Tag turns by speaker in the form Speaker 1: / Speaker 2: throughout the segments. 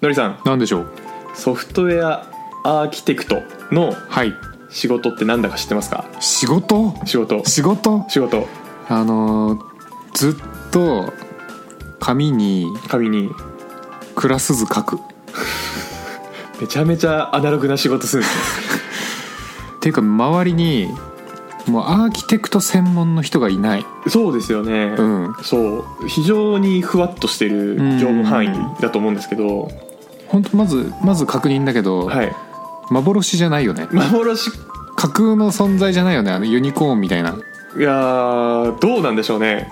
Speaker 1: のりさん
Speaker 2: なんでしょう
Speaker 1: ソフトウェアアーキテクトの
Speaker 2: はい
Speaker 1: 仕事ってなんだか知ってますか
Speaker 2: 仕事
Speaker 1: 仕事
Speaker 2: 仕事
Speaker 1: 仕事
Speaker 2: あのーずっと紙に
Speaker 1: 紙に
Speaker 2: クラス図書くっ
Speaker 1: めちゃめちゃアナログな仕事するんですね
Speaker 2: ていうか周りにもうアーキテクト専門の人がいない
Speaker 1: そうですよね、
Speaker 2: うん
Speaker 1: そう非常にふわっとしてる業務範囲だと思うんですけど、
Speaker 2: 本当まずまず確認だけど、
Speaker 1: はい
Speaker 2: 幻じゃないよね
Speaker 1: 幻
Speaker 2: 架空の存在じゃないよねあのユニコーンみたいない
Speaker 1: やーどうなんでしょうね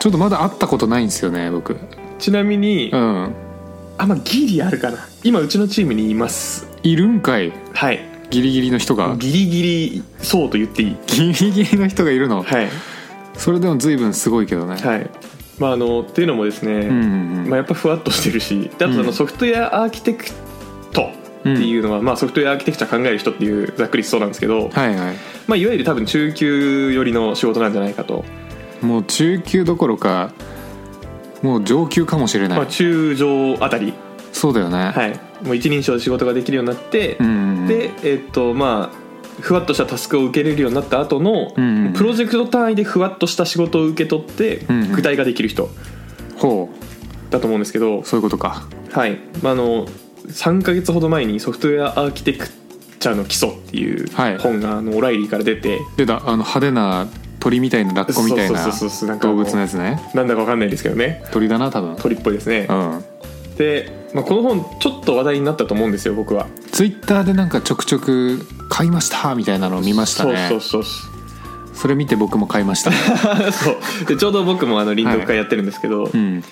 Speaker 2: ちょっとまだ会ったことないんですよね僕
Speaker 1: ちなみに、
Speaker 2: うん
Speaker 1: あまあギリあるかな今うちのチームにいます
Speaker 2: いるんかい
Speaker 1: はい
Speaker 2: ギリギリの人が
Speaker 1: ギリギリそうと言っていい
Speaker 2: ギリギリの人がいるの
Speaker 1: はい
Speaker 2: それでも随分すごいけどね、
Speaker 1: はいまああのっていうのもですね、
Speaker 2: うんうんうん
Speaker 1: まあ、やっぱふわっとしてるしであとあ
Speaker 2: う
Speaker 1: の
Speaker 2: ん
Speaker 1: ソフトウェアアーキテクトっていうのは、まあ、ソフトウェアアーキテクチャ考える人っていうざっくりそうなんですけど、
Speaker 2: はいはい
Speaker 1: まあ、いわゆる多分中級寄りの仕事なんじゃないかと、
Speaker 2: もう中級どころかもう上級かもしれない、
Speaker 1: まあ、中上あたり、
Speaker 2: そうだよね、
Speaker 1: はい、もう一人称で仕事ができるようになって、
Speaker 2: うんうん、
Speaker 1: でえっとまあふわっとしたタスクを受けれるようになった後の、
Speaker 2: うんうん
Speaker 1: プロジェクト単位でふわっとした仕事を受け取って、
Speaker 2: うんうん
Speaker 1: 具体化できる人
Speaker 2: ほ
Speaker 1: だと思うんですけど
Speaker 2: う、そういうことか
Speaker 1: はいまあ、あの3ヶ月ほど前にソフトウェアアーキテクチャの基礎っていう
Speaker 2: はい
Speaker 1: 本があのオライリーから出て、
Speaker 2: でだあの派手な鳥みたいなラッコみたいな
Speaker 1: そうそうそうそうなんかも
Speaker 2: 動
Speaker 1: う
Speaker 2: 物のやつね
Speaker 1: なんだかわかんないですけどね
Speaker 2: 鳥だな多分
Speaker 1: 鳥っぽいですね
Speaker 2: う、ん
Speaker 1: で、まあ、この本ちょっと話題になったと思うんですよ僕は
Speaker 2: ツイッターでなんかちょくちょく買いましたみたいなのを見ましたね
Speaker 1: そうそうそう
Speaker 2: それ見て僕も買 いました、
Speaker 1: そうでちょうど僕もあの臨読会やってるんですけど、
Speaker 2: うん、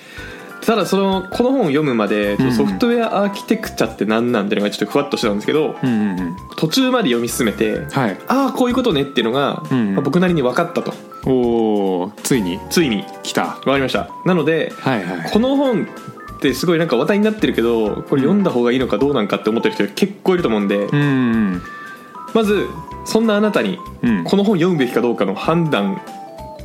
Speaker 1: ただそのこの本を読むまで
Speaker 2: うんうん
Speaker 1: ソフトウェアアーキテクチャって何なんていうのがちょっとふわっとしてたんですけど
Speaker 2: うんうんうん
Speaker 1: 途中まで読み進めて
Speaker 2: はい
Speaker 1: ああこういうことねっていうのが、
Speaker 2: うんうん
Speaker 1: まあ僕なりに分かったと
Speaker 2: おーついに
Speaker 1: ついに
Speaker 2: 来た
Speaker 1: 分かりましたなので
Speaker 2: はいはい
Speaker 1: この本ってすごいなんか話題になってるけどこれ読んだ方がいいのかどうなんかって思ってる人結構いると思うんで、
Speaker 2: うんうん
Speaker 1: まずそんなあなたに
Speaker 2: うん
Speaker 1: この本読むべきかどうかの判断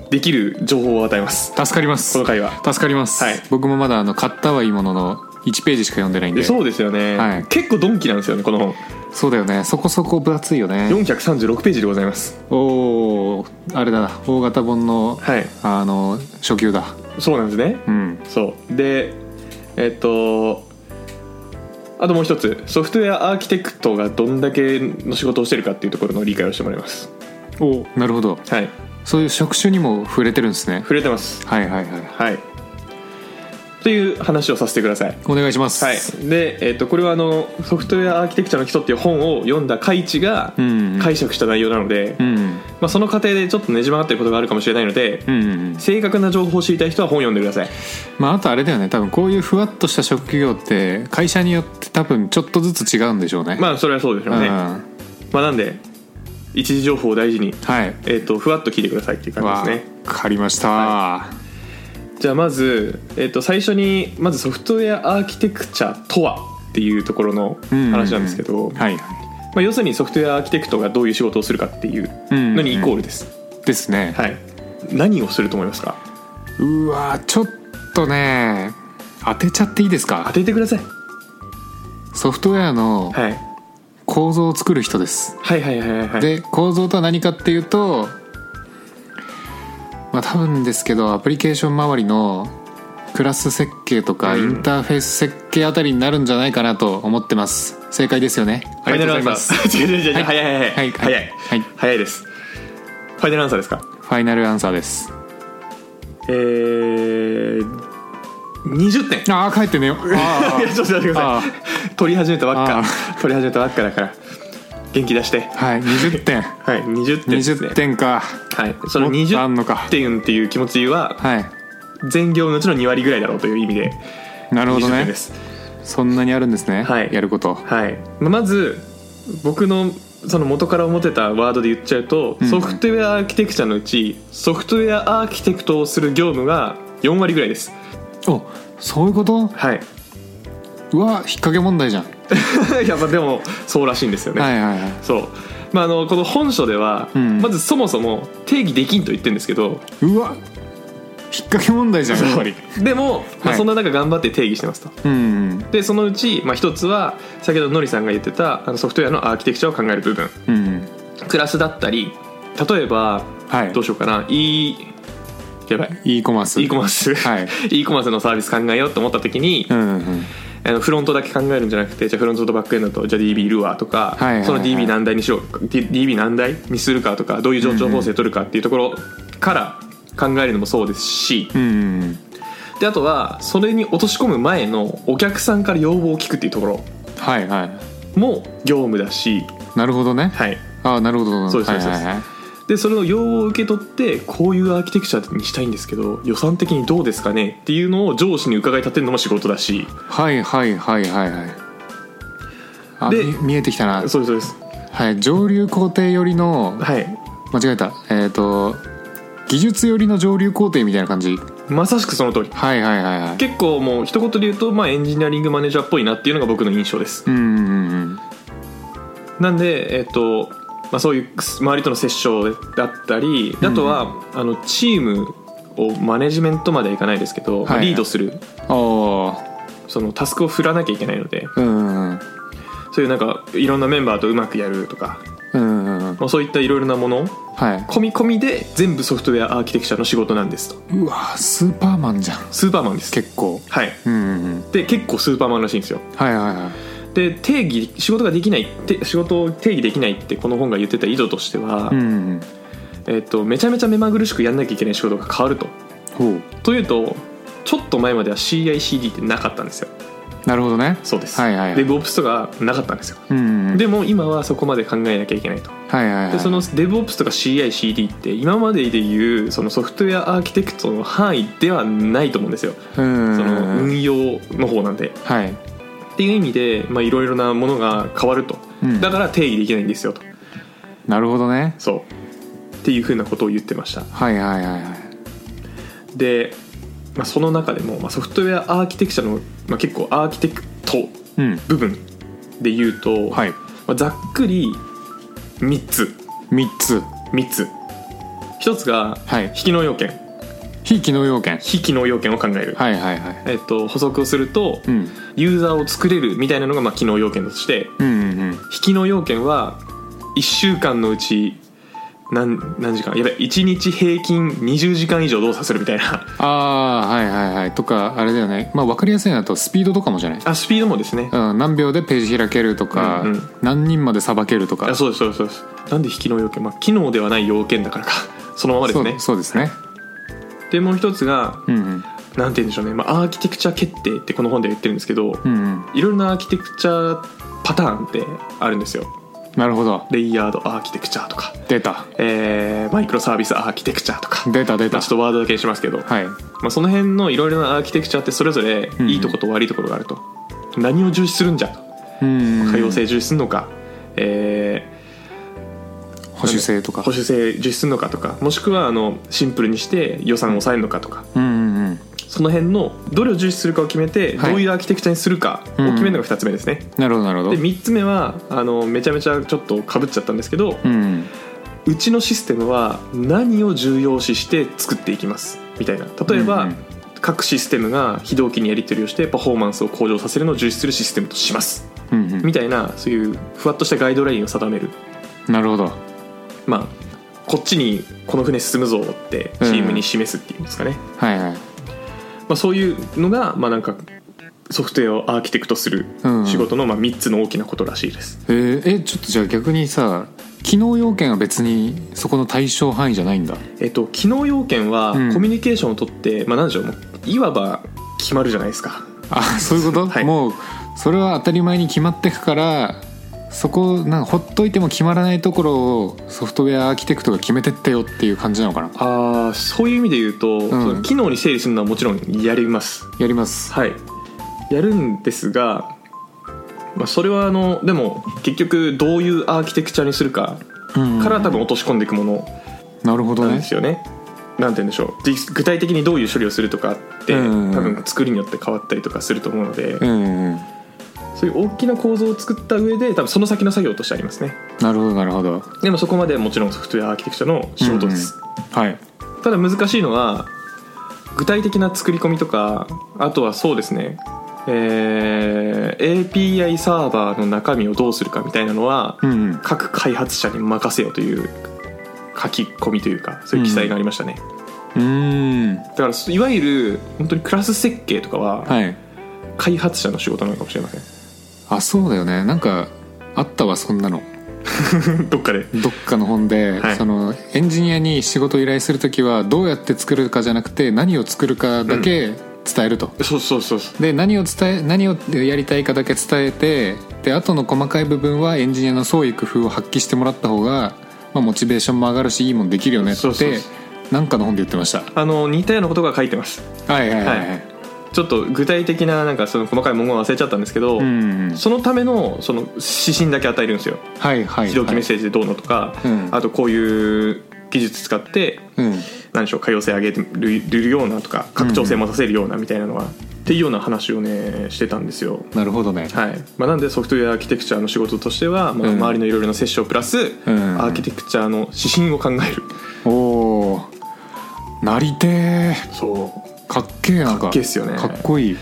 Speaker 1: できる情報を与えます
Speaker 2: 助かります
Speaker 1: この回は
Speaker 2: 助かります、
Speaker 1: はい
Speaker 2: 僕もまだあの買ったはいいものの1ページしか読んでないん
Speaker 1: で
Speaker 2: で
Speaker 1: そうですよね、
Speaker 2: はい
Speaker 1: 結構ドンキなんですよねこの本
Speaker 2: そうだよねそこそこ分厚いよね
Speaker 1: 436ページでございます
Speaker 2: おおあれだ大型本の
Speaker 1: はい
Speaker 2: あの初級だ
Speaker 1: そうなんですね
Speaker 2: うん
Speaker 1: そうでえっとあともう一つソフトウェアアーキテクトがどんだけの仕事をしてるかっていうところの理解をしてもらいます
Speaker 2: おなるほど
Speaker 1: はい
Speaker 2: そういう職種にも触れてるんですね
Speaker 1: 触れてます
Speaker 2: はいはいはい
Speaker 1: はいという話をさせてください
Speaker 2: お願いします
Speaker 1: はいで、えっとこれはあのソフトウェアアーキテクチャの基礎っていう本を読んだ海地が
Speaker 2: うんうん
Speaker 1: 解釈した内容なので、
Speaker 2: うん
Speaker 1: まあ、その過程でちょっとねじ曲がってることがあるかもしれないので、
Speaker 2: うんうんうん
Speaker 1: 正確な情報を知りたい人は本読んでください
Speaker 2: まああとあれだよね多分こういうふわっとした職業って会社によって多分ちょっとずつ違うんでしょうね
Speaker 1: まあそれはそうでしょうね、ま
Speaker 2: うん
Speaker 1: あ、なんで一時情報を大事に、
Speaker 2: はい
Speaker 1: えっとふわっと聞いてくださいっていう感
Speaker 2: わ
Speaker 1: じですね
Speaker 2: かりました、
Speaker 1: じゃあまず、えっと最初にまずソフトウェアアーキテクチャとはっていうところの話なんですけど、
Speaker 2: はい
Speaker 1: まあ、要するにソフトウェアアーキテクトがどういう仕事をするかっていうのにイコールです、
Speaker 2: ですね
Speaker 1: はい何をすると思いますか
Speaker 2: うわーちょっとね当てちゃっていいです
Speaker 1: 当
Speaker 2: か
Speaker 1: ててください、
Speaker 2: ソフトウェアの
Speaker 1: はい、
Speaker 2: 構造を作る人です、
Speaker 1: はいはいはいはいはい
Speaker 2: で構造とは何かっていうとまあ多分ですけどアプリケーション周りのクラス設計とか
Speaker 1: う
Speaker 2: イ
Speaker 1: ん
Speaker 2: ンターフェース設計あたりになるんじゃないかなと思ってます正解ですよねありがとうございます
Speaker 1: ファイナルアンサー 違う違う違う、
Speaker 2: はい
Speaker 1: 早い早い
Speaker 2: は
Speaker 1: 早い早
Speaker 2: いはい
Speaker 1: い、
Speaker 2: はい
Speaker 1: 早いですファイナルアンサーですか
Speaker 2: ファイナルアンサーです
Speaker 1: えー、20点
Speaker 2: ああ帰ってねようあ
Speaker 1: いやちょっと待ってくださ
Speaker 2: あ
Speaker 1: い取り始めたばっ
Speaker 2: あ
Speaker 1: か取り始めたばっかだから元気出して
Speaker 2: ー はい20点
Speaker 1: はい20点ですね
Speaker 2: 20点か
Speaker 1: はいその
Speaker 2: もっとあんのか
Speaker 1: 20点っていう気持ちは
Speaker 2: はい
Speaker 1: 全業のうちの2割ぐらいだろうという意味で
Speaker 2: なるほど
Speaker 1: 20点
Speaker 2: ね
Speaker 1: です、
Speaker 2: そんなにあるんですね、
Speaker 1: はい
Speaker 2: やること
Speaker 1: はい、ままず僕のその元から思ってたワードで言っちゃうと、
Speaker 2: うん
Speaker 1: ソフトウェアアーキテクチャのうちソフトウェアアーキテクトをする業務が4割ぐらいです
Speaker 2: おそういうこと
Speaker 1: はい
Speaker 2: うわ引っ掛け問題じゃん、
Speaker 1: いやっぱでもそうらしいんですよね、
Speaker 2: はいはいはい
Speaker 1: そう、まあ、あのこの本書では、
Speaker 2: うん
Speaker 1: まずそもそも定義できんと言ってるんですけど
Speaker 2: うわ引っ掛け問題じゃんやっぱり
Speaker 1: でも、ま
Speaker 2: は
Speaker 1: あ、
Speaker 2: い
Speaker 1: そんな中頑張って定義してますと
Speaker 2: うん
Speaker 1: でそのうち、まあ、一つは先ほどのりさんが言ってたあのソフトウェアのアーキテクチャを考える部分
Speaker 2: うんうん
Speaker 1: クラスだったり例えば
Speaker 2: はい
Speaker 1: どうしようかな E やばい
Speaker 2: e コマース
Speaker 1: e コマース、
Speaker 2: はい
Speaker 1: e コマースのサービス考えようと思った時に、
Speaker 2: うんうん
Speaker 1: あのフロントだけ考えるんじゃなくてじゃあフロントとバックエンドとじゃあ DB いるわとか、
Speaker 2: はいはいはい
Speaker 1: その DB 何台にしよう D- DB 何台にするかとかどういう情報構成取るかっていうところから考えるのもそうですし
Speaker 2: うんうん
Speaker 1: であとはそれに落とし込む前のお客さんから要望を聞くっていうところ
Speaker 2: はいはい
Speaker 1: も業務だし、
Speaker 2: なるほどね
Speaker 1: はい、
Speaker 2: ああなるほど
Speaker 1: そうです
Speaker 2: はいはい
Speaker 1: そう
Speaker 2: はい
Speaker 1: でそれの要望を受け取ってこういうアーキテクチャにしたいんですけど予算的にどうですかねっていうのを上司に伺い立てるのも仕事だし
Speaker 2: はいはいはいはいはいあ
Speaker 1: で
Speaker 2: み見えてきたな、
Speaker 1: そうですそうです
Speaker 2: はい、上流工程寄りの
Speaker 1: はい
Speaker 2: 間違えたえっ、と技術寄りの上流工程みたいな感じ
Speaker 1: まさしくその通り
Speaker 2: はいはいはいはい
Speaker 1: 結構もう一言で言うと、まあ、エンジニアリングマネージャーっぽいなっていうのが僕の印象です
Speaker 2: うんうんうん
Speaker 1: なんでえっと、まあ、そういう周りとの接触だったりあとは、あのチームをマネジメントまではいかないですけど、まあ
Speaker 2: はいはい
Speaker 1: リードする
Speaker 2: おー
Speaker 1: そのタスクを振らなきゃいけないので
Speaker 2: うんうん
Speaker 1: そういうなんかいろんなメンバーとうまくやるとか、
Speaker 2: うんうんうん
Speaker 1: まあ、そういったいろいろなもの
Speaker 2: はい
Speaker 1: 込み込みで全部ソフトウェアアーキテクチャの仕事なんですと
Speaker 2: うわスーパーマンじゃん
Speaker 1: スーパーマンです
Speaker 2: 結構
Speaker 1: はい
Speaker 2: うんうんうん
Speaker 1: で結構スーパーマンらしいんですよ
Speaker 2: はいはいはい
Speaker 1: で定義仕事ができないって仕事を定義できないってこの本が言ってた意図としては、
Speaker 2: うんうん
Speaker 1: えっとめちゃめちゃ目まぐるしくやんなきゃいけない仕事が変わると
Speaker 2: ほう
Speaker 1: というとちょっと前までは CICD ってなかったんですよ
Speaker 2: なるほどね
Speaker 1: そうです、
Speaker 2: はいはいはい
Speaker 1: で DevOps とかなかったんですよ
Speaker 2: うんうん
Speaker 1: でも今はそこまで考えなきゃいけないと
Speaker 2: はいはいはい
Speaker 1: でその DevOps とか CICD って今まででいうそのソフトウェアアーキテクトの範囲ではないと思うんですよ
Speaker 2: うんうんうん
Speaker 1: その運用の方なんで
Speaker 2: はい
Speaker 1: っていう意味でまあいろいろなものが変わると
Speaker 2: うん
Speaker 1: だから定義できないんですよと
Speaker 2: なるほどね
Speaker 1: そうっていうふうなことを言ってました
Speaker 2: はいはいはいはい
Speaker 1: で、まあ、その中でも、まあ、ソフトウェアアーキテクチャの、まあ、結構アーキテクト
Speaker 2: うん
Speaker 1: 部分で言うと、
Speaker 2: はい
Speaker 1: まあ、ざっくり3つ
Speaker 2: 3つ
Speaker 1: 3つ1つが
Speaker 2: はい
Speaker 1: 非機能要件
Speaker 2: 非機能要件
Speaker 1: 非機能要件を考える、
Speaker 2: はいはいはい
Speaker 1: えっと、補足をすると、
Speaker 2: うん
Speaker 1: ユーザーを作れるみたいなのが、まあ、機能要件として
Speaker 2: うんうんうん
Speaker 1: 非機能要件は1週間のうち何何時間やべ1日平均20時間以上動作するみたいな
Speaker 2: ああはいはいはいとかあれだよねまあ分かりやすいのだとスピードとかもじゃない、
Speaker 1: あスピードもですね、
Speaker 2: うん、何秒でページ開けるとか、
Speaker 1: うんうん
Speaker 2: 何人までさばけるとか
Speaker 1: あそうですそうですそうですなんで非機能要件まあ機能ではない要件だからか そのままですね
Speaker 2: そうそうですね、
Speaker 1: でもう一つが
Speaker 2: うんうん
Speaker 1: なんて言うんでしょうね、まあ、アーキテクチャ決定ってこの本では言ってるんですけど、
Speaker 2: うんうん
Speaker 1: いろいろなアーキテクチャパターンってあるんですよ
Speaker 2: なるほど
Speaker 1: レイヤードアーキテクチャとか、
Speaker 2: 出た
Speaker 1: えーマイクロサービスアーキテクチャとか、
Speaker 2: 出た出
Speaker 1: ま
Speaker 2: た
Speaker 1: あ、ちょっとワードだけにしますけど、
Speaker 2: はい
Speaker 1: まあ、その辺のいろいろなアーキテクチャってそれぞれ
Speaker 2: うん
Speaker 1: いいとこと悪いところがあると、何を重視するんじゃと
Speaker 2: うん
Speaker 1: 可用性重視するのか、えー
Speaker 2: 保守性とか
Speaker 1: 保守性実施するのかとかもしくはあのシンプルにして予算を抑えるのかとか、
Speaker 2: うんうんうん
Speaker 1: その辺のどれを重視するかを決めて、
Speaker 2: はい
Speaker 1: どういうアーキテクチャにするかを決めるのが2つ目ですね、
Speaker 2: なるほどなるほど
Speaker 1: で3つ目はあのめちゃめちゃちょっとかぶっちゃったんですけど、
Speaker 2: うんうん
Speaker 1: うちのシステムは何を重要視して作っていきますみたいな例えば、
Speaker 2: うんうん
Speaker 1: 各システムが非同期にやり取りをしてパフォーマンスを向上させるのを重視するシステムとします
Speaker 2: うんうん
Speaker 1: みたいなそういうふわっとしたガイドラインを定める
Speaker 2: なるほど
Speaker 1: まあこっちにこの船進むぞってチームに示すっていうんですかね、
Speaker 2: はいはい
Speaker 1: まあ、そういうのが、まあ、なんかソフトウェアをアーキテクトする
Speaker 2: うん
Speaker 1: 仕事のまあ3つの大きなことらしいです、
Speaker 2: えーえちょっとじゃあ逆にさ機能要件は別にそこの対象範囲じゃないんだ
Speaker 1: えっと、機能要件は
Speaker 2: うん
Speaker 1: コミュニケーションをとって、まあ、何でしょうもういわば決まるじゃないですか
Speaker 2: あそういうこと、
Speaker 1: はい
Speaker 2: もうそれは当たり前に決まってくからそこなんかほっといても決まらないところをソフトウェアアーキテクトが決めてってよっていう感じなのかな
Speaker 1: あーそういう意味で言うと、その機能に整理するのはもちろんやります
Speaker 2: やります
Speaker 1: はいやるんですが、まあ、それはあのでも結局どういうアーキテクチャにするか
Speaker 2: うん
Speaker 1: から多分落とし込んでいくもの、
Speaker 2: なるほど
Speaker 1: なん
Speaker 2: ね
Speaker 1: ですよね。なんて言うんでしょう実具体的にどういう処理をするとかって多
Speaker 2: うん
Speaker 1: 分作りによって変わったりとかすると思うので
Speaker 2: うんうんうん
Speaker 1: そういう大きな構造を作った上で多分その先の作業としてありますね
Speaker 2: なるほどなるほど
Speaker 1: でもそこまではもちろんソフトウェアアーキテクチャの仕事です、
Speaker 2: はい
Speaker 1: ただ難しいのは具体的な作り込みとかあとはそうですね、えー API サーバーの中身をどうするかみたいなのは、
Speaker 2: うんうん
Speaker 1: 各開発者に任せよという書き込みというかそういう記載がありましたね、
Speaker 2: うーん
Speaker 1: だからそいわゆる本当にクラス設計とかは
Speaker 2: はい
Speaker 1: 開発者の仕事なのかもしれません、
Speaker 2: あそうだよねなんかあったわそんなの
Speaker 1: どっかで
Speaker 2: どっかの本で、
Speaker 1: はい
Speaker 2: そのエンジニアに仕事を依頼する時はどうやって作るかじゃなくて何を作るかだけ伝えると、
Speaker 1: そうそうそうそう
Speaker 2: で何を伝え何をやりたいかだけ伝えてで後の細かい部分はエンジニアの創意工夫を発揮してもらった方が、まあ、モチベーションも上がるしいいもんできるよねっ
Speaker 1: そうそう
Speaker 2: て
Speaker 1: そ
Speaker 2: なんかの本で言ってました
Speaker 1: あの似たようなことが書いてます
Speaker 2: はいはいはい、は、
Speaker 1: はいちょっと具体的ななんかその細かい文言は忘れちゃったんですけど、
Speaker 2: うん
Speaker 1: そのためのその指針だけ与えるんですよ
Speaker 2: はいはい
Speaker 1: 自動機メッ
Speaker 2: はい
Speaker 1: セージでどうのとか、
Speaker 2: うん
Speaker 1: あとこういう技術使って
Speaker 2: うん
Speaker 1: 何でしょう可用性上げてるようなとか拡張性もさせるようなみたいなのは、っていうような話をねしてたんですよ
Speaker 2: なるほどね
Speaker 1: はいまあ、なんでソフトウェアアーキテクチャの仕事としては、まあ、
Speaker 2: うん
Speaker 1: 周りのいろいろなセッションプラス、
Speaker 2: ん
Speaker 1: アーキテクチャの指針を考える
Speaker 2: おおなりてえ
Speaker 1: そう、
Speaker 2: かっけえなんか
Speaker 1: かっけえっすよね
Speaker 2: かっこいい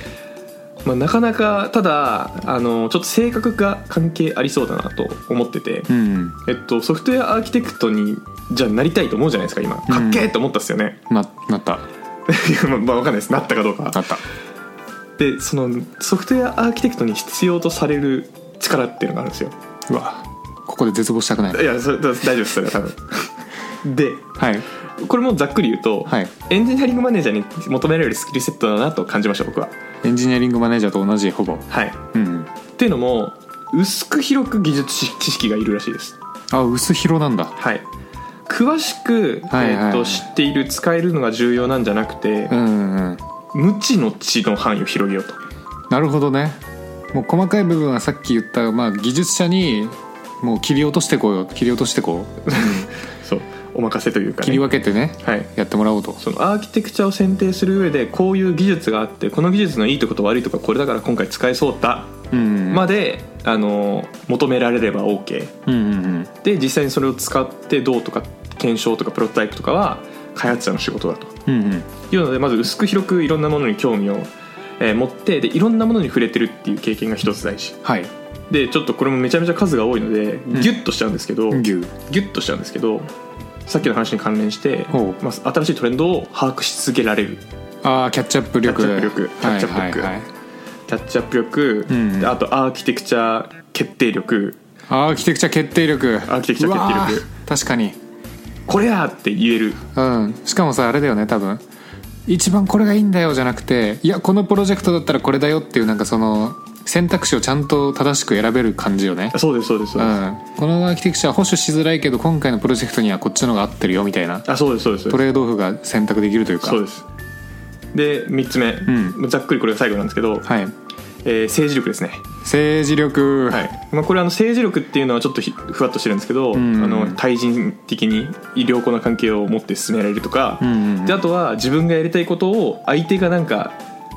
Speaker 1: まあ、なかなかただあのちょっと性格が関係ありそうだなと思ってて、
Speaker 2: うん
Speaker 1: えっと、ソフトウェアアーキテクトにじゃあなりたいと思うじゃないですか今
Speaker 2: うん
Speaker 1: かっけえと思ったっすよね、
Speaker 2: ななった
Speaker 1: いやまあまあわかんないですなったかどうか
Speaker 2: なった
Speaker 1: でそのソフトウェアアーキテクトに必要とされる力っていうのがあるんですよ
Speaker 2: うわここで絶望したくない
Speaker 1: いやそれだ大丈夫ですそれは多 分で
Speaker 2: はい
Speaker 1: これもざっくり言うと、
Speaker 2: はい
Speaker 1: エンジニアリングマネージャーに求められるスキルセットだなと感じました僕は
Speaker 2: エンジニアリングマネージャーと同じほぼ
Speaker 1: はいっ
Speaker 2: うん
Speaker 1: ていうのも薄く広く技術知識がいるらしいです
Speaker 2: あ薄広なんだ
Speaker 1: はい詳しく、
Speaker 2: はいはいはい
Speaker 1: えっと知っている使えるのが重要なんじゃなくて、
Speaker 2: うんうん
Speaker 1: 無知の知の範囲を広げようと
Speaker 2: なるほどねもう細かい部分はさっき言った、まあ、技術者にもう切り落としてこうよ切り落としてこう
Speaker 1: そうお任せというか、ね、
Speaker 2: 切り分けてね
Speaker 1: はい
Speaker 2: やってもらおうと
Speaker 1: そのアーキテクチャを選定する上でこういう技術があってこの技術のいいとこと悪いとかこれだから今回使えそうだ
Speaker 2: うん
Speaker 1: まで、あの求められれば OK
Speaker 2: うんうんうん
Speaker 1: で実際にそれを使ってどうとか検証とかプロトタイプとかは開発者の仕事だと
Speaker 2: うんうん
Speaker 1: いうのでまず薄く広くいろんなものに興味を、えー持ってでいろんなものに触れてるっていう経験が一つ大事
Speaker 2: はい
Speaker 1: でちょっとこれもめちゃめちゃ数が多いので
Speaker 2: ん
Speaker 1: ギュッとしちゃうんですけど、
Speaker 2: 牛
Speaker 1: ギュッとしちゃうんですけどさっきの話に関連して
Speaker 2: ほ、う
Speaker 1: まあ、新しいトレンドを把握し続けられる
Speaker 2: あーキャッチアップ力
Speaker 1: キャッチアップ力キャッチアップ力
Speaker 2: はいはいはい
Speaker 1: キャッチアップ力、
Speaker 2: うん
Speaker 1: であとアーキテクチャ決定力
Speaker 2: アーキテクチャ決定力
Speaker 1: アーキテクチャ決定力
Speaker 2: うわー確かに
Speaker 1: これやって言える
Speaker 2: うんしかもさあれだよね多分一番これがいいんだよじゃなくていやこのプロジェクトだったらこれだよっていうなんかその選択肢をちゃんと正しく選べる感じよね
Speaker 1: そうですそうですそう
Speaker 2: う
Speaker 1: です、
Speaker 2: んこのアーキテクチャは保守しづらいけど今回のプロジェクトにはこっちの方が合ってるよみたいな
Speaker 1: あそうですそうです
Speaker 2: トレードオフが選択できるというか
Speaker 1: そうですで3つ目、
Speaker 2: う
Speaker 1: ざっくりこれが最後なんですけど、
Speaker 2: はい
Speaker 1: えー政治力ですね、
Speaker 2: 政治力
Speaker 1: はいまあ、これあの政治力っていうのはちょっとひふわっとしてるんですけど、
Speaker 2: ん
Speaker 1: あの対人的に良好な関係を持って進められるとか、
Speaker 2: うんうんうん
Speaker 1: であとは自分がやりたいことを相手がなんか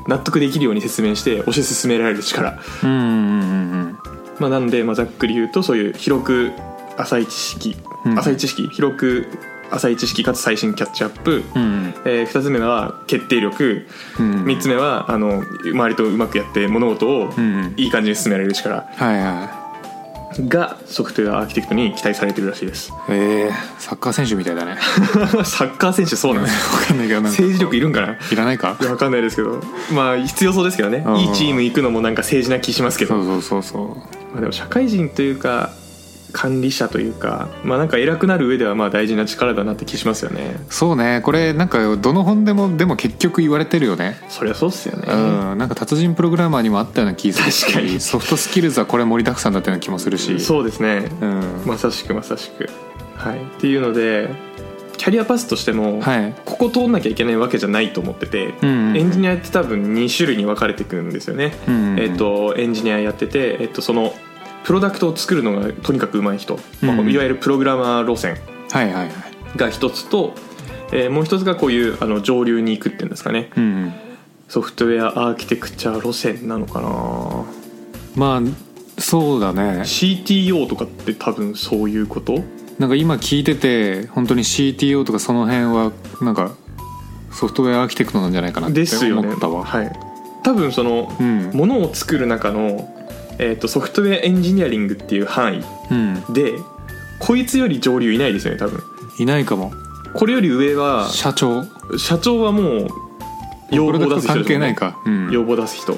Speaker 1: 納得できるように説明して推し進められる力、
Speaker 2: うんうんうんうん
Speaker 1: まあ、なので、まあ、ざっくり言うとそういう広く浅い知識、
Speaker 2: うん
Speaker 1: 浅い知識広く浅い知識かつ最新キャッチアップ、
Speaker 2: うん
Speaker 1: え2つ目は決定力、
Speaker 2: うん
Speaker 1: 3つ目はあの周りとうまくやって物事を
Speaker 2: うん
Speaker 1: いい感じに進められる力
Speaker 2: はいは
Speaker 1: がソフトウェアアーキテクトに期待されてるらしいです
Speaker 2: いえー、サッカー選手みたいだね
Speaker 1: サッカー選手そうなんです
Speaker 2: わかんないけどなんか
Speaker 1: 政治力いるんかない
Speaker 2: いらないか
Speaker 1: やわかんないですけどまあ必要そうですけどね
Speaker 2: うん
Speaker 1: いいチーム行くのもなんか政治な気しますけど、
Speaker 2: そ
Speaker 1: ま
Speaker 2: うそうそうそ
Speaker 1: あ、でも社会人というか管理者というかまあなんか偉くなる上ではまあ大事な力だなって気しますよね
Speaker 2: うそうねこれなんかどの本でもでも結局言われてるよね
Speaker 1: そりゃそうっすよね、
Speaker 2: うん、なんか達人プログラマーにもあったような気するし
Speaker 1: 確かに
Speaker 2: ソフトスキルズはこれ盛りだくさんだったような気もするし
Speaker 1: そうですね
Speaker 2: うん、
Speaker 1: まさしくまさしくはいっていうのでキャリアパスとしても、
Speaker 2: はい
Speaker 1: ここ通んなきゃいけないわけじゃないと思ってて、
Speaker 2: うんうんうん
Speaker 1: エンジニアって多分2種類に分かれてくるんですよね、
Speaker 2: うんうんうん
Speaker 1: えっとエンジニアやってて、えっとそのプロダクトを作るのがとにかくうまい人、まあ
Speaker 2: うんうん
Speaker 1: いわゆるプログラマー路線
Speaker 2: はいはいはい
Speaker 1: が一つと、えーもう一つがこういうあの上流に行くっていうんですかね
Speaker 2: うんうん
Speaker 1: ソフトウェアアーキテクチャ路線なのかな
Speaker 2: まあそうだね
Speaker 1: CTO とかって多分そういうこと
Speaker 2: なんか今聞いてて本当に CTO とかその辺はなんかソフトウェアアーキテクトなんじゃないかなって
Speaker 1: ですよね
Speaker 2: 思ったわ、
Speaker 1: はい、多分その、
Speaker 2: うん
Speaker 1: ものを作る中の、えー、とソフトウェアエンジニアリングっていう範囲
Speaker 2: うん
Speaker 1: でこいつより上流いないですよね多分
Speaker 2: いないかも
Speaker 1: これより上は
Speaker 2: 社長
Speaker 1: 社長はもう要
Speaker 2: これ
Speaker 1: 望出
Speaker 2: だと
Speaker 1: す人で
Speaker 2: 関
Speaker 1: す
Speaker 2: 係
Speaker 1: よ
Speaker 2: ない
Speaker 1: ね
Speaker 2: か、うん
Speaker 1: 要望出す人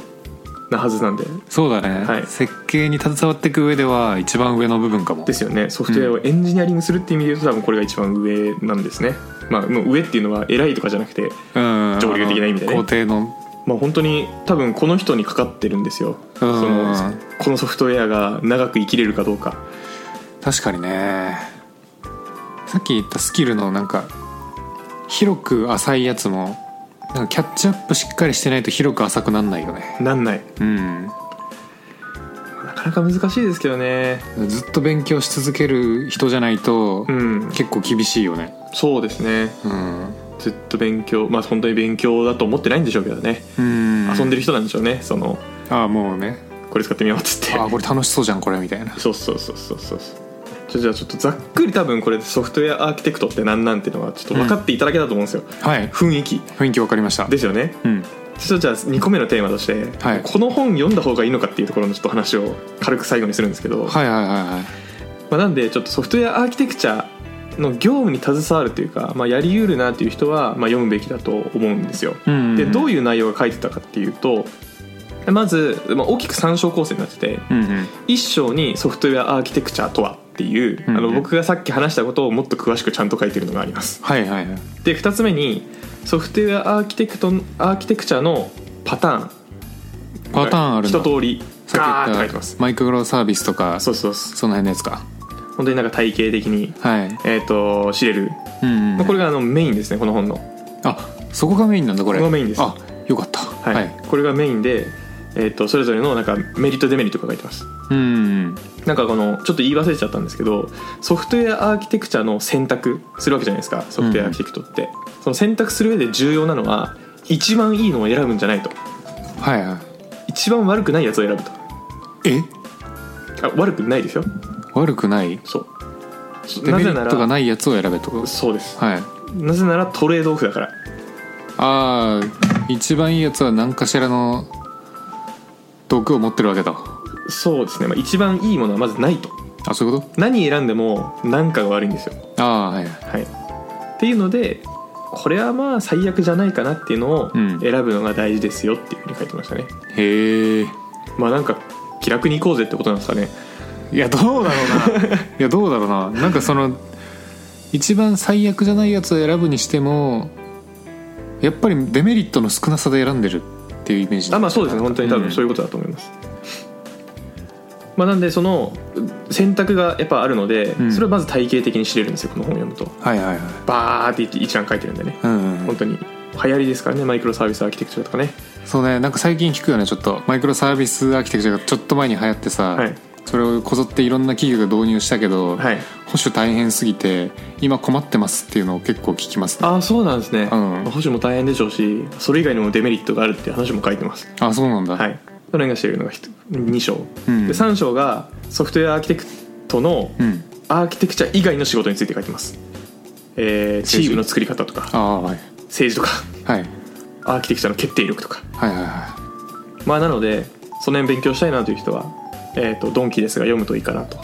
Speaker 1: なはずなんで
Speaker 2: そうだね、
Speaker 1: はい
Speaker 2: 設計に携わっていく上では一番上の部分かも
Speaker 1: ですよねソフトウェアをエンジニアリングするっていう意味で言うと多分これが一番上なんですねまあもう上っていうのは偉いとかじゃなくて
Speaker 2: うん
Speaker 1: 上流的な意味でね
Speaker 2: あの工程の
Speaker 1: まあ本当に多分この人にかかってるんですよその
Speaker 2: うん
Speaker 1: このソフトウェアが長く生きれるかどうか
Speaker 2: 確かにねさっき言ったスキルのなんか広く浅いやつもなんかキャッチアップしっかりしてないと広く浅くなんないよね
Speaker 1: なんない
Speaker 2: うん
Speaker 1: なかなか難しいですけどね
Speaker 2: ずっと勉強し続ける人じゃないと
Speaker 1: うん
Speaker 2: 結構厳しいよね
Speaker 1: そうですね
Speaker 2: うん、
Speaker 1: ずっと勉強まあ本当に勉強だと思ってないんでしょうけどね、
Speaker 2: うん、
Speaker 1: 遊んでる人なんでしょうねその
Speaker 2: ああもうね
Speaker 1: これ使ってみようっつって
Speaker 2: ああこれ楽しそうじゃんこれみたいな
Speaker 1: そうそうそうそうそうそうじゃあちょっとざっくり多分これソフトウェアアーキテクトって何なんていうのはちょっと分かっていただけたと思うんですよ、
Speaker 2: はい
Speaker 1: 雰囲気
Speaker 2: 雰囲気わかりました
Speaker 1: ですよね
Speaker 2: うん
Speaker 1: ちょっとじゃあ2個目のテーマとして、
Speaker 2: はい
Speaker 1: この本読んだ方がいいのかっていうところのちょっと話を軽く最後にするんですけど、
Speaker 2: はいはいはいはい
Speaker 1: まあ、なんでちょっとソフトウェアアーキテクチャの業務に携わるというか、まあ、やりうるなっていう人は、まあ、読むべきだと思うんですよ
Speaker 2: うんうん
Speaker 1: でどう
Speaker 2: いう
Speaker 1: いう内容が書いてたかっていうとまず、まあ、大きく3章構成になってて
Speaker 2: うんうん
Speaker 1: 1章にソフトウェアアーキテクチャとはっていう、
Speaker 2: うん
Speaker 1: あの僕がさっき話したことをもっと詳しくちゃんと書いてるのがあります
Speaker 2: はいはいはい
Speaker 1: で2つ目にソフトウェアアーキテクトアーキテクチャのパターン
Speaker 2: パターンあるんだ
Speaker 1: 一通り
Speaker 2: さ
Speaker 1: ガ
Speaker 2: っ
Speaker 1: ーっ
Speaker 2: き
Speaker 1: て書
Speaker 2: 言
Speaker 1: い
Speaker 2: って
Speaker 1: ます
Speaker 2: たマイクロサービスとか
Speaker 1: そうそうそう
Speaker 2: その辺のやつか
Speaker 1: 本当になんか体系的に
Speaker 2: はい
Speaker 1: えっ、と知れる、
Speaker 2: うん、
Speaker 1: まあこれがあのメインですねこの本の
Speaker 2: あそこがメインなんだこれ
Speaker 1: そこがメインです
Speaker 2: あよかった
Speaker 1: は、
Speaker 2: はい
Speaker 1: これがメインで、えー、とそれぞれのなんかメリットデメリットが書いてます
Speaker 2: うん
Speaker 1: なんかこのちょっと言い忘れちゃったんですけどソフトウェアアーキテクチャの選択するわけじゃないですかソフトウェアアーキテクトって、その選択する上で重要なのは一番いいのを選ぶんじゃないと
Speaker 2: はいは
Speaker 1: 一番悪くないやつを選ぶと
Speaker 2: いえ
Speaker 1: あ悪くないですよ
Speaker 2: 悪くない
Speaker 1: そうそ
Speaker 2: デ
Speaker 1: な
Speaker 2: メリ
Speaker 1: ぜな
Speaker 2: ットが
Speaker 1: ら
Speaker 2: ないやつを選べと
Speaker 1: そうです
Speaker 2: はい
Speaker 1: なぜならトレードオフだから
Speaker 2: あー一番いいやつは何かしらの毒を持ってるわけだ
Speaker 1: そうですね、まあ、一番いいものはまずないと
Speaker 2: あそういうこ
Speaker 1: 何選んでも何かが悪いんですよ
Speaker 2: とああーはい
Speaker 1: はい、っていうのでこれはまあ最悪じゃないかなっていうのを
Speaker 2: うん
Speaker 1: 選ぶのが大事ですよっていうふうに書いてましたね、
Speaker 2: へえ
Speaker 1: まあなんか気楽に行こうぜってことなんですかね
Speaker 2: いやどうだろうな いやどうだろうななんかその一番最悪じゃないやつを選ぶにしてもやっぱりデメリットの少なさで選んでるっていうイメージ
Speaker 1: あまあそうですね本当に多分そう
Speaker 2: い
Speaker 1: いうことだと思います、まあなんでその選択がやっぱあるので、
Speaker 2: うん
Speaker 1: それをまず体系的に知れるんですよこの本を読むと
Speaker 2: うんはいはいはい
Speaker 1: バーって一覧書いてるんでね
Speaker 2: うんうん
Speaker 1: 本当に流行りですからねマイクロサービスアーキテクチャとかね
Speaker 2: そうねなんか最近聞くよねちょっとマイクロサービスアーキテクチャがちょっと前に流行ってさ、
Speaker 1: はい
Speaker 2: それをこぞっていろんな企業が導入したけど、
Speaker 1: はい
Speaker 2: 保守大変すぎて今困ってますっていうのを結構聞きますね
Speaker 1: ああそうなんですね、
Speaker 2: うん
Speaker 1: 保守も大変でしょうしそれ以外にもデメリットがあるっていう話も書いてます
Speaker 2: あそうなんだ、
Speaker 1: はい、それがしているのが2章、
Speaker 2: うん
Speaker 1: で3章がソフトウェアアーキテクトの
Speaker 2: うん
Speaker 1: アーキテクチャ以外の仕事について書いてます、えーチームの作り方とか
Speaker 2: ああはい
Speaker 1: 政治とか
Speaker 2: はい
Speaker 1: アーキテクチャの決定力とか
Speaker 2: はいはいは
Speaker 1: まあなのでその辺勉強したいなという人は、えー、とドンキですが読むといいかなと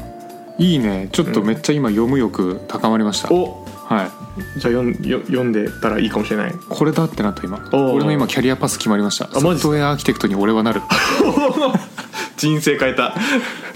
Speaker 2: いいいねちょっとめっちゃ今読む欲高まりました、
Speaker 1: お
Speaker 2: はい
Speaker 1: じゃあ読んよ読んでたらいいかもしれない
Speaker 2: これだってなった今
Speaker 1: おー
Speaker 2: 俺の今キャリアパス決まりました
Speaker 1: あマ
Speaker 2: ソ
Speaker 1: ジっ
Speaker 2: フ
Speaker 1: すか
Speaker 2: トウェアアーキテクトに俺はな る
Speaker 1: 人生変えた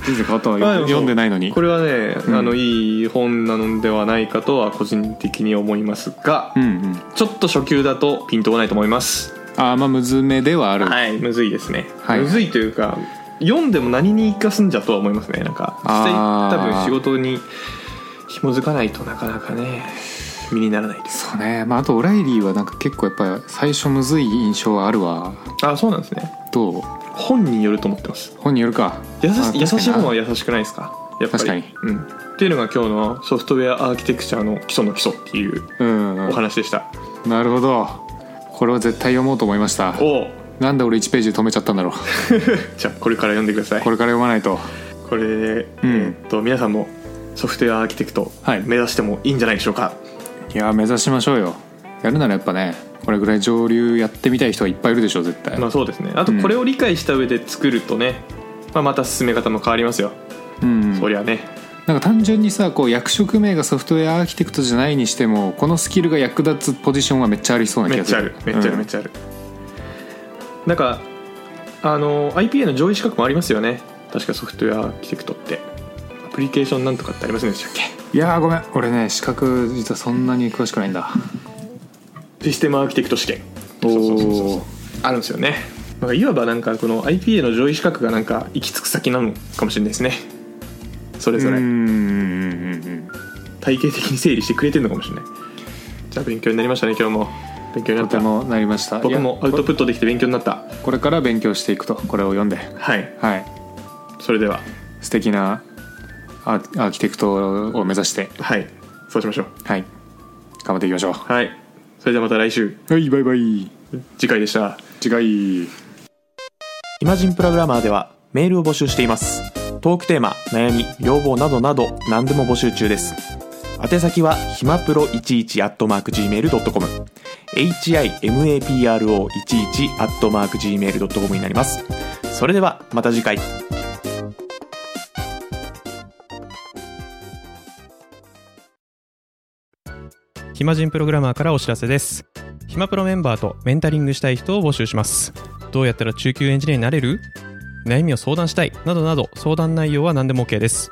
Speaker 2: 人生変わったわ
Speaker 1: まあでもそう
Speaker 2: 読んでないのに
Speaker 1: これはね、
Speaker 2: ん
Speaker 1: あのいい本なのではないかとは個人的に思いますが、
Speaker 2: うんうん
Speaker 1: ちょっと初級だとピンとこないと思います
Speaker 2: あーまあ娘ではある、
Speaker 1: はいむずいですね、
Speaker 2: はい
Speaker 1: むずいというか読んでも何に生かすんじゃとは思いますねなんか実際
Speaker 2: あー
Speaker 1: 多分仕事に紐づかないとなかなかね身にならないです
Speaker 2: そうねまああとオライリーはなんか結構やっぱり最初むずい印象はあるわ
Speaker 1: あそうなんですね
Speaker 2: どう
Speaker 1: 本によると思ってます
Speaker 2: 本によるか
Speaker 1: 優し
Speaker 2: まあ
Speaker 1: 優しい本は
Speaker 2: 確かに
Speaker 1: 優しくないですかやっぱり
Speaker 2: 確かに
Speaker 1: うん、っていうのが今日のソフトウェアアーキテクチャの基礎の基礎っていう
Speaker 2: なうん
Speaker 1: お
Speaker 2: う
Speaker 1: 話でした、
Speaker 2: んなるほどこれは絶対読もうと思いました
Speaker 1: おう
Speaker 2: なんで俺1ページで止めちゃったんだろう
Speaker 1: じゃあこれから読んでください
Speaker 2: これから読まないと
Speaker 1: これで、えーっと皆さんもソフトウェアアーキテクト
Speaker 2: はい
Speaker 1: 目指してもいいんじゃないでしょうか、
Speaker 2: いやー目指しましょうよやるならやっぱねこれぐらい上流やってみたい人がいっぱいいるでしょ絶対、
Speaker 1: まあそうですねあとこれを理解した上で作るとね、まあ、また進め方も変わりますよ、
Speaker 2: うん、
Speaker 1: そりゃね
Speaker 2: なんか単純にさこう役職名がソフトウェアアーキテクトじゃないにしてもこのスキルが役立つポジションはめっちゃありそうな気
Speaker 1: めっ
Speaker 2: がす
Speaker 1: ちゃあ
Speaker 2: る
Speaker 1: るめっちゃあるめっちゃある、なんかあの IPA の上位資格もありますよね確かソフトウェアアーキテクトってアプリケーションなんとかってありませんでしたっけ
Speaker 2: いやーごめん俺ね資格実はそんなに詳しくないんだ
Speaker 1: システムアーキテクト試験
Speaker 2: おー
Speaker 1: そうそうそうそうあるんですよねなんかいわばなんかこの IPA の上位資格がなんか行き着く先なのかもしれないですねそれ
Speaker 2: う
Speaker 1: ぞ
Speaker 2: んう
Speaker 1: れ
Speaker 2: んうんうん
Speaker 1: 体系的に整理してくれてるのかもしれないじゃあ勉強になりましたね今日も勉強にな
Speaker 2: と
Speaker 1: ってた
Speaker 2: もなりました
Speaker 1: 僕も
Speaker 2: い
Speaker 1: ア
Speaker 2: や
Speaker 1: ウトプットできて勉強になった
Speaker 2: ここれから勉強していくとこれを読んで
Speaker 1: はい
Speaker 2: はい
Speaker 1: それでは
Speaker 2: 素敵なアーアーキテクトを目指して
Speaker 1: はいそうしましょう
Speaker 2: はい頑張っていきましょ
Speaker 1: はいそれではまた来週
Speaker 2: うはいバイバイ
Speaker 1: 次回でした
Speaker 2: 次回
Speaker 1: イマジンプログラマーではメールを募集していますトークテーマ悩み要望などなど何でも募集中です宛先はひまプロ11 at mark gmail.com himapro11 at mark gmail.com になりますそれではまた次回
Speaker 3: 暇人プログラマーからお知らせです。暇プロメンバーとメンタリングしたい人を募集します。どうやったら中級エンジニアになれる悩みを相談したいなどなど相談内容は何でも OK です。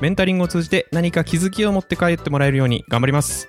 Speaker 3: メンタリングを通じて何か気づきを持って帰ってもらえるように頑張ります。